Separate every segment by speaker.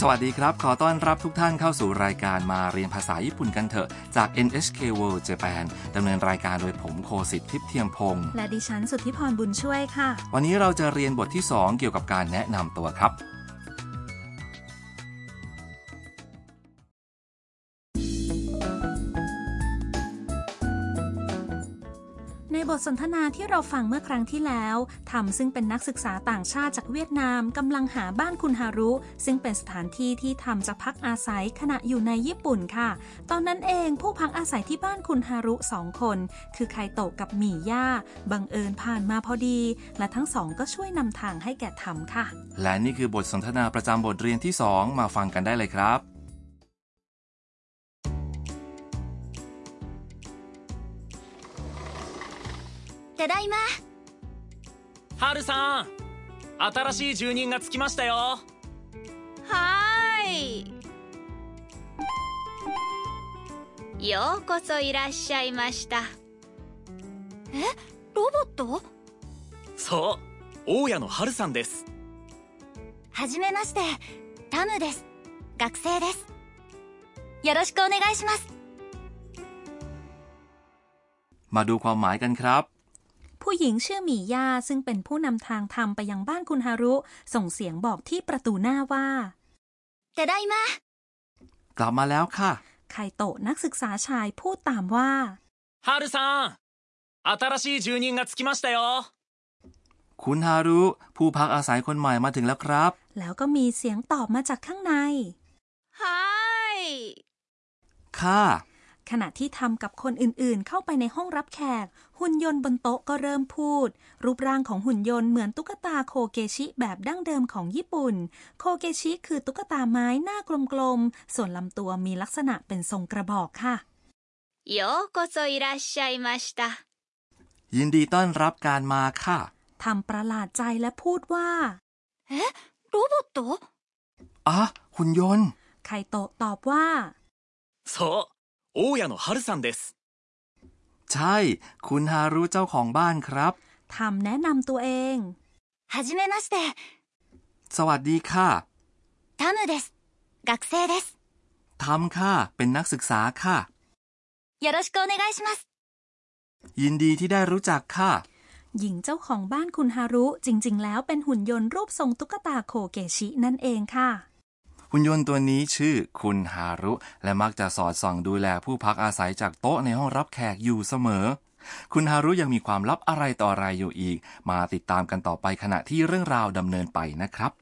Speaker 1: สวัสดีครับ ขอต้อนรับทุกท่านเข้าสู่รายการมาเรียนภาษาญี่ปุ่นกันเถอะ จาก NHK World Japan ดำเนินรายการโดยผมโคสิทธิ์ทิพย์เทียมพงศ์
Speaker 2: และดิฉันสุทธิพรบุญช่วยค่ะ
Speaker 1: วันนี้เราจะเรียนบทที่ 2 เกี่ยวกับการแนะนำตัวครับ
Speaker 2: ในบทสนทนาที่เราฟังเมื่อครั้งที่แล้วทำซึ่งเป็นนักศึกษาต่างชาติจากเวียดนามกำลังหาบ้านคุณฮารุ ซึ่งเป็นสถานที่ที่ทำจะพักอาศัยขณะอยู่ในญี่ปุ่นค่ะ ตอนนั้นเองผู้พักอาศัยที่บ้านคุณฮารุสองคน คือไคโตะกับหมี่ย่าบังเอิญผ่านมาพอดี และทั้งสองก็ช่วยนำทางให้แก่ทำค่ะ
Speaker 1: และนี่คือบทสนทนาประจำบทเรียนที่ 2 มาฟังกันได้เลยครับ
Speaker 3: ただいま
Speaker 4: ハルさん新しい住人がつきましたよ
Speaker 3: はーいようこそいらっしゃいましたえロボット
Speaker 4: そう大家のハルさんです
Speaker 3: はじめましてタムです学生ですよろしくお願いします
Speaker 1: มาดูความหมายกันครับ
Speaker 2: ผู้หญิงชื่อหมี่ย่าซึ่งเป็นผู้นำทางทำไปยังบ้านคุณฮารุ ส่งเสียงบอกที่ประตูหน้าว่า
Speaker 3: ただいま
Speaker 1: กลับมาแล้วค่ะ
Speaker 2: ไคโตะนักศึกษาชายพูดตามว่า
Speaker 4: ハルさん新しい住人がつきましたよ
Speaker 1: คุณฮารุ ผู้พักอาศัยคนใหม่มาถึงแล้วครับ
Speaker 2: แล้วก็มีเสียงตอบมาจากข้างใน
Speaker 3: はーい
Speaker 1: ค่ะ
Speaker 2: ขณะที่ทำกับคนอื่นๆ เข้าไปในห้องรับแขก หุ่นยนต์บนโต๊ะก็เริ่มพูด รูปร่างของหุ่นยนต์เหมือนตุ๊กตาโคเกชิแบบดั้งเดิมของญี่ปุ่น โคเกชิคือตุ๊กตาไม้หน้ากลมๆ ส่วนลำตัวมีลักษณะเป็นทรงกระบอกค่ะ
Speaker 3: ようこそいらっしゃいました
Speaker 1: ยินดีต้อนรับการมาค่ะ
Speaker 2: ทำประหลาดใจและพูดว่า
Speaker 3: ロボット
Speaker 1: อ่ะหุ่นยนต์
Speaker 2: ไคโตะตอบว่า
Speaker 4: そう大家のハルさんです
Speaker 1: ใช่ คุณฮารุเจ้าของบ้านครับ
Speaker 2: ทำแนะนำตัวเอง
Speaker 3: はじめまして
Speaker 1: สวัสดีค่ะ
Speaker 3: タムです学生です
Speaker 1: ทำค่ะ เป็นนักศึกษาค่ะ
Speaker 3: よろしくお願いします
Speaker 1: ยินดีที่ได้รู้จักค่ะ
Speaker 2: หญิงเจ้าของบ้านคุณฮารุจริง ๆ แล้วเป็นหุ่นยนต์รูปทรงตุ๊กตาโคเกชินั่นเองค่ะ
Speaker 1: หุ่นยนต์ตัวนี้ชื่อคุณฮารุ และมักจะสอดส่องดูแลผู้พักอาศัยจากโต๊ะในห้องรับแขกอยู่เสมอ คุณฮารุยังมีความลับอะไรต่ออะไรอยู่อีก มาติดตามกันต่อไปขณะที่เรื่องราวดำเนินไปนะครับ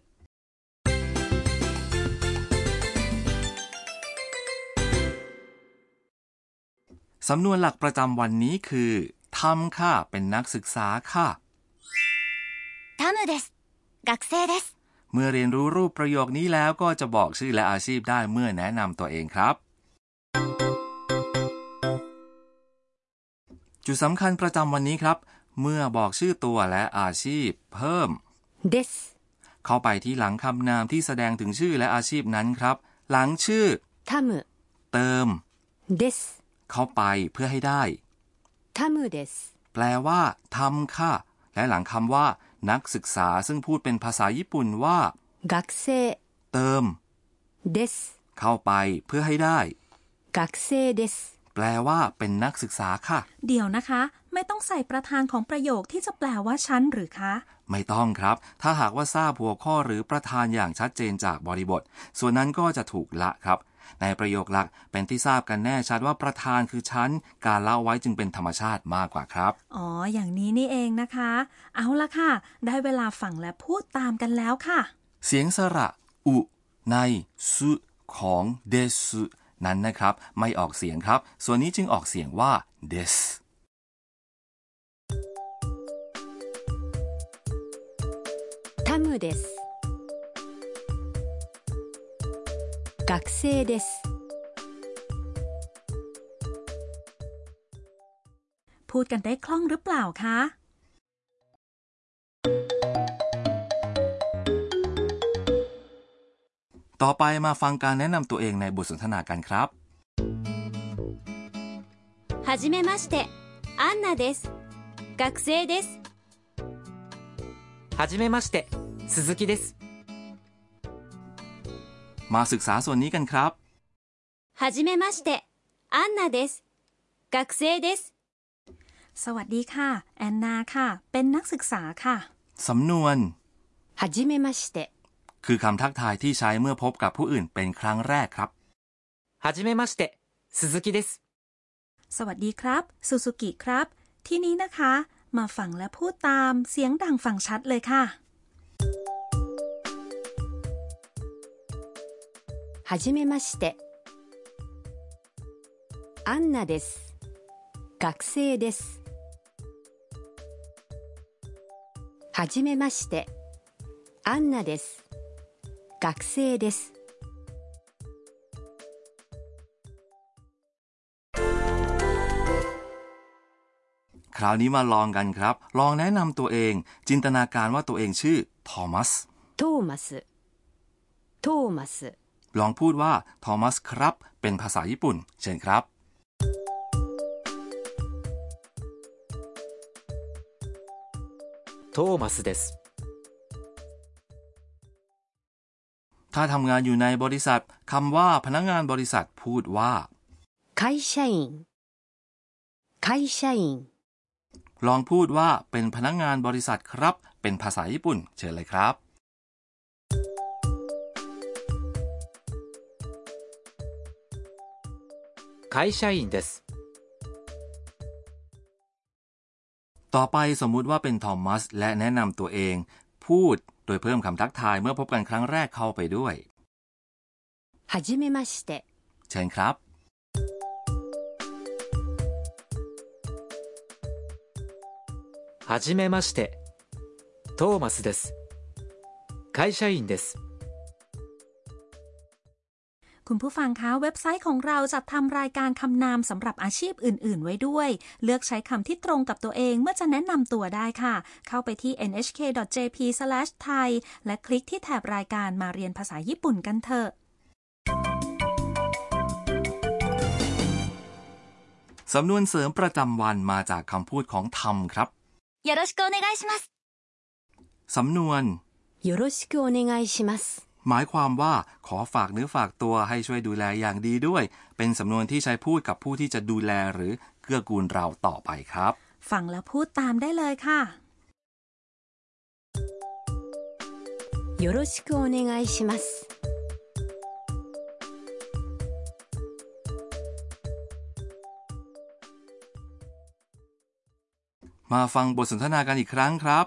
Speaker 1: สำนวนหลักประจำวันนี้คือทำค่ะ เป็นนักศึกษาค่ะ
Speaker 3: タムです学生です
Speaker 1: เมื่อเรียนรู้รูปประโยคนี้แล้วก็จะบอกชื่อและอาชีพได้เมื่อแนะนำตัวเองครับ จุดสำคัญประจำวันนี้ครับ เมื่อบอกชื่อตัวและอาชีพ เพิ่ม
Speaker 5: です。
Speaker 1: เข้าไปที่หลังคำนามที่แสดงถึงชื่อและอาชีพนั้นครับ หลังชื่อ
Speaker 5: タム
Speaker 1: เติม
Speaker 5: です。
Speaker 1: เข้าไปเพื่อให้ได้
Speaker 5: タムです。
Speaker 1: แปลว่าทำค่ะ และหลังคำว่า นักศึกษาซึ่งพูดเป็นภาษาญี่ปุ่นว่า
Speaker 5: 学生
Speaker 1: เติม
Speaker 5: です。
Speaker 1: เข้าไปเพื่อให้ได้
Speaker 5: 学生です。
Speaker 1: แปลว่า เป็นนักศึกษาค่ะ
Speaker 2: เดี๋ยวนะคะ ไม่ต้องใส่ประธานของประโยคที่จะแปลว่าฉันหรือคะ
Speaker 1: ไม่ต้องครับ ถ้าหากว่าทราบหัวข้อหรือประธานอย่างชัดเจนจากบริบท ส่วนนั้นก็จะถูกละครับ ในประโยคหลักเป็นที่ทราบกันแน่ชัดว่าประธานคือชั้น การเล่าไว้จึงเป็นธรรมชาติมากกว่าครับ
Speaker 2: อ๋อ อย่างนี้นี่เองนะคะ เอาละค่ะ ได้เวลาฟังและพูดตามกันแล้วค่ะ
Speaker 1: เสียงสระ อุ ในสุของเดสนั้นนะครับ ไม่ออกเสียงครับ ส่วนนี้จึงออกเสียงว่าเดส
Speaker 5: タムです。学生です。
Speaker 2: พูดกันได้คล่องหรือเปล่าคะ
Speaker 1: ต่อไปมาฟังการแนะนำตัวเองในบทสนทนากันครับ
Speaker 3: はじめましてアンナです学生です
Speaker 6: はじめまして鈴木です
Speaker 1: มาศึกษาส่วนนี้กันครับ
Speaker 3: はじめまして、アンナです。学生です。
Speaker 2: สวัสดีค่ะ แอนนาค่ะ เป็นนักศึกษาค่ะ
Speaker 1: สำนวน
Speaker 5: はじめまして
Speaker 1: คือคำทักทายที่ใช้เมื่อพบกับผู้อื่นเป็นครั้งแรกครับ
Speaker 4: はじめまして、鈴木です。
Speaker 2: สวัสดีครับซูซูกิครับ ที่นี้นะคะ มาฟังและพูดตามเสียงดังฟังชัดเลยค่ะ
Speaker 5: はじめましてアンナです学生ですはじめましてアンナです学生です
Speaker 1: คราวนี้มาลองกันครับ ลองแนะนำตัวเอง จินตนาการว่าตัวเองชื่อทอมัส
Speaker 5: トーマストーマス
Speaker 1: ลองพูดว่าทอมัสครับ เป็นภาษาญี่ปุ่น เชิญครับ
Speaker 4: トーマスです。
Speaker 1: ถ้าทำงานอยู่ในบริษัทคำว่าพนักงานบริษัทพูดว่า
Speaker 5: 会社員会社員
Speaker 1: ลองพูดว่าเป็นพนักงานบริษัทครับ เป็นภาษาญี่ปุ่น เชิญเลยครับ
Speaker 4: 会社員です。
Speaker 1: ต่อไปสมมุติว่าเป็นทอมัสและแนะนำตัวเอง พูดโดยเพิ่มคำทักทายเมื่อพบกันครั้งแรกเข้าไปด้วย
Speaker 5: はじめまして
Speaker 1: เชิญครับ
Speaker 4: はじめまして、トーマスです。会社員です。
Speaker 2: คุณผู้ฟังคะเว็บไซต์ของเราจัดทำรายการคำนามสำหรับอาชีพอื่น ๆ ไว้ด้วย เลือกใช้คำที่ตรงกับตัวเองเมื่อจะแนะนำตัวได้ค่ะ เข้าไปที่ nhk.jp/thai และคลิกที่แถบรายการมาเรียนภาษาญี่ปุ่นกันเถอะ
Speaker 1: สำนวนเสริมประจำวันมาจากคำพูดของทำครับ
Speaker 3: よろしくお願いします。
Speaker 1: สำนวน
Speaker 5: よろしくお願いします
Speaker 1: หมายความว่าขอฝากเนื้อฝากตัวให้ช่วยดูแลอย่างดีด้วย เป็นสำนวนที่ใช้พูดกับผู้ที่จะดูแลหรือเกื้อกูลเราต่อไปครับ
Speaker 2: ฟังแล้วพูดตามได้เลยค่ะ
Speaker 5: よろしくお願いします
Speaker 1: มาฟังบทสนทนากันอีกครั้งครับ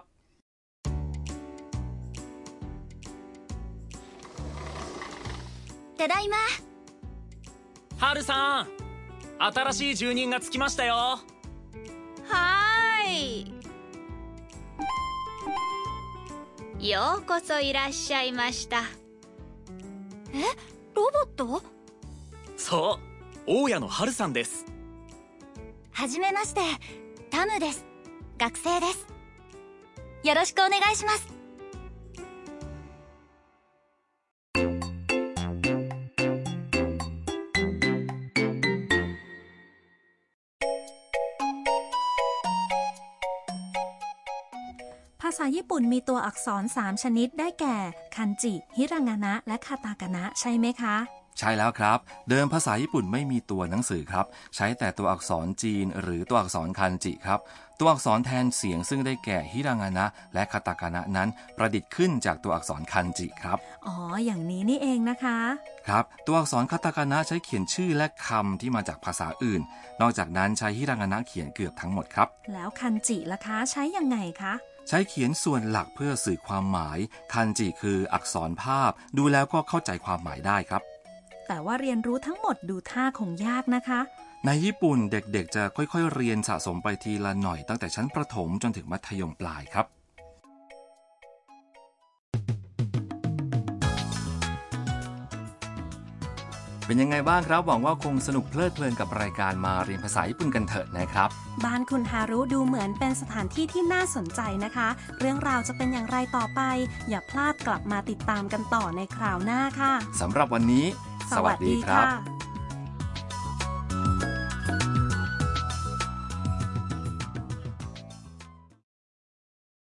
Speaker 3: ただいま。
Speaker 4: ハルさん、新しい住人がつきましたよ。
Speaker 3: はーい。ようこそいらっしゃいました。え、ロボット
Speaker 4: そう、大家のハルさんです。
Speaker 3: はじめまして、タムです。学生です。よろしくお願いします。
Speaker 2: ภาษาญี่ปุ่นมีตัวอักษร 3 ชนิดได้แก่ คันจิ ฮิรางานะ และคาตากานะใช่ไหมคะ
Speaker 1: ใช่แล้วครับ เดิมภาษาญี่ปุ่นไม่มีตัวหนังสือครับ ใช้แต่ตัวอักษรจีน หรือตัวอักษรคันจิครับ ตัวอักษรแทนเสียงซึ่งได้แก่ฮิรางานะ และคาตากานะนั้น ประดิษฐ์ขึ้นจากตัวอักษรคันจิครับ
Speaker 2: อ๋อ อย่างนี้นี่เองนะคะ
Speaker 1: ครับ ตัวอักษรคาตาคานะใช้เขียนชื่อและคำที่มาจากภาษาอื่น นอกจากนั้นใช้ฮิรางานะเขียนเกือบทั้งหมดครับ
Speaker 2: แล้วคันจิล่ะคะใช้ยังไงคะ
Speaker 1: ใช้เขียนส่วนหลักเพื่อสื่อความหมาย คันจิคืออักษรภาพ ดูแล้วก็เข้าใจความหมายได้ครับ
Speaker 2: แต่ว่าเรียนรู้ทั้งหมดดูท่าคงยากนะคะ
Speaker 1: ในญี่ปุ่นเด็กๆ จะค่อยๆ เรียนสะสมไปทีละหน่อยตั้งแต่ชั้นประถมจนถึงมัธยมปลายครับ เป็นยังไงบ้างครับ หวังว่าคงสนุกเพลิดเพลินกับรายการมาเรียนภาษาญี่ปุ่นกันเถอะนะครับ
Speaker 2: บ้านคุณฮารุดูเหมือนเป็นสถานที่ที่น่าสนใจนะคะ เรื่องราวจะเป็นอย่างไรต่อไป อย่าพลาดกลับมาติดตามกันต่อในคราวหน้าค่ะ
Speaker 1: สำหรับวันนี้ สวัสดีครับ
Speaker 2: บ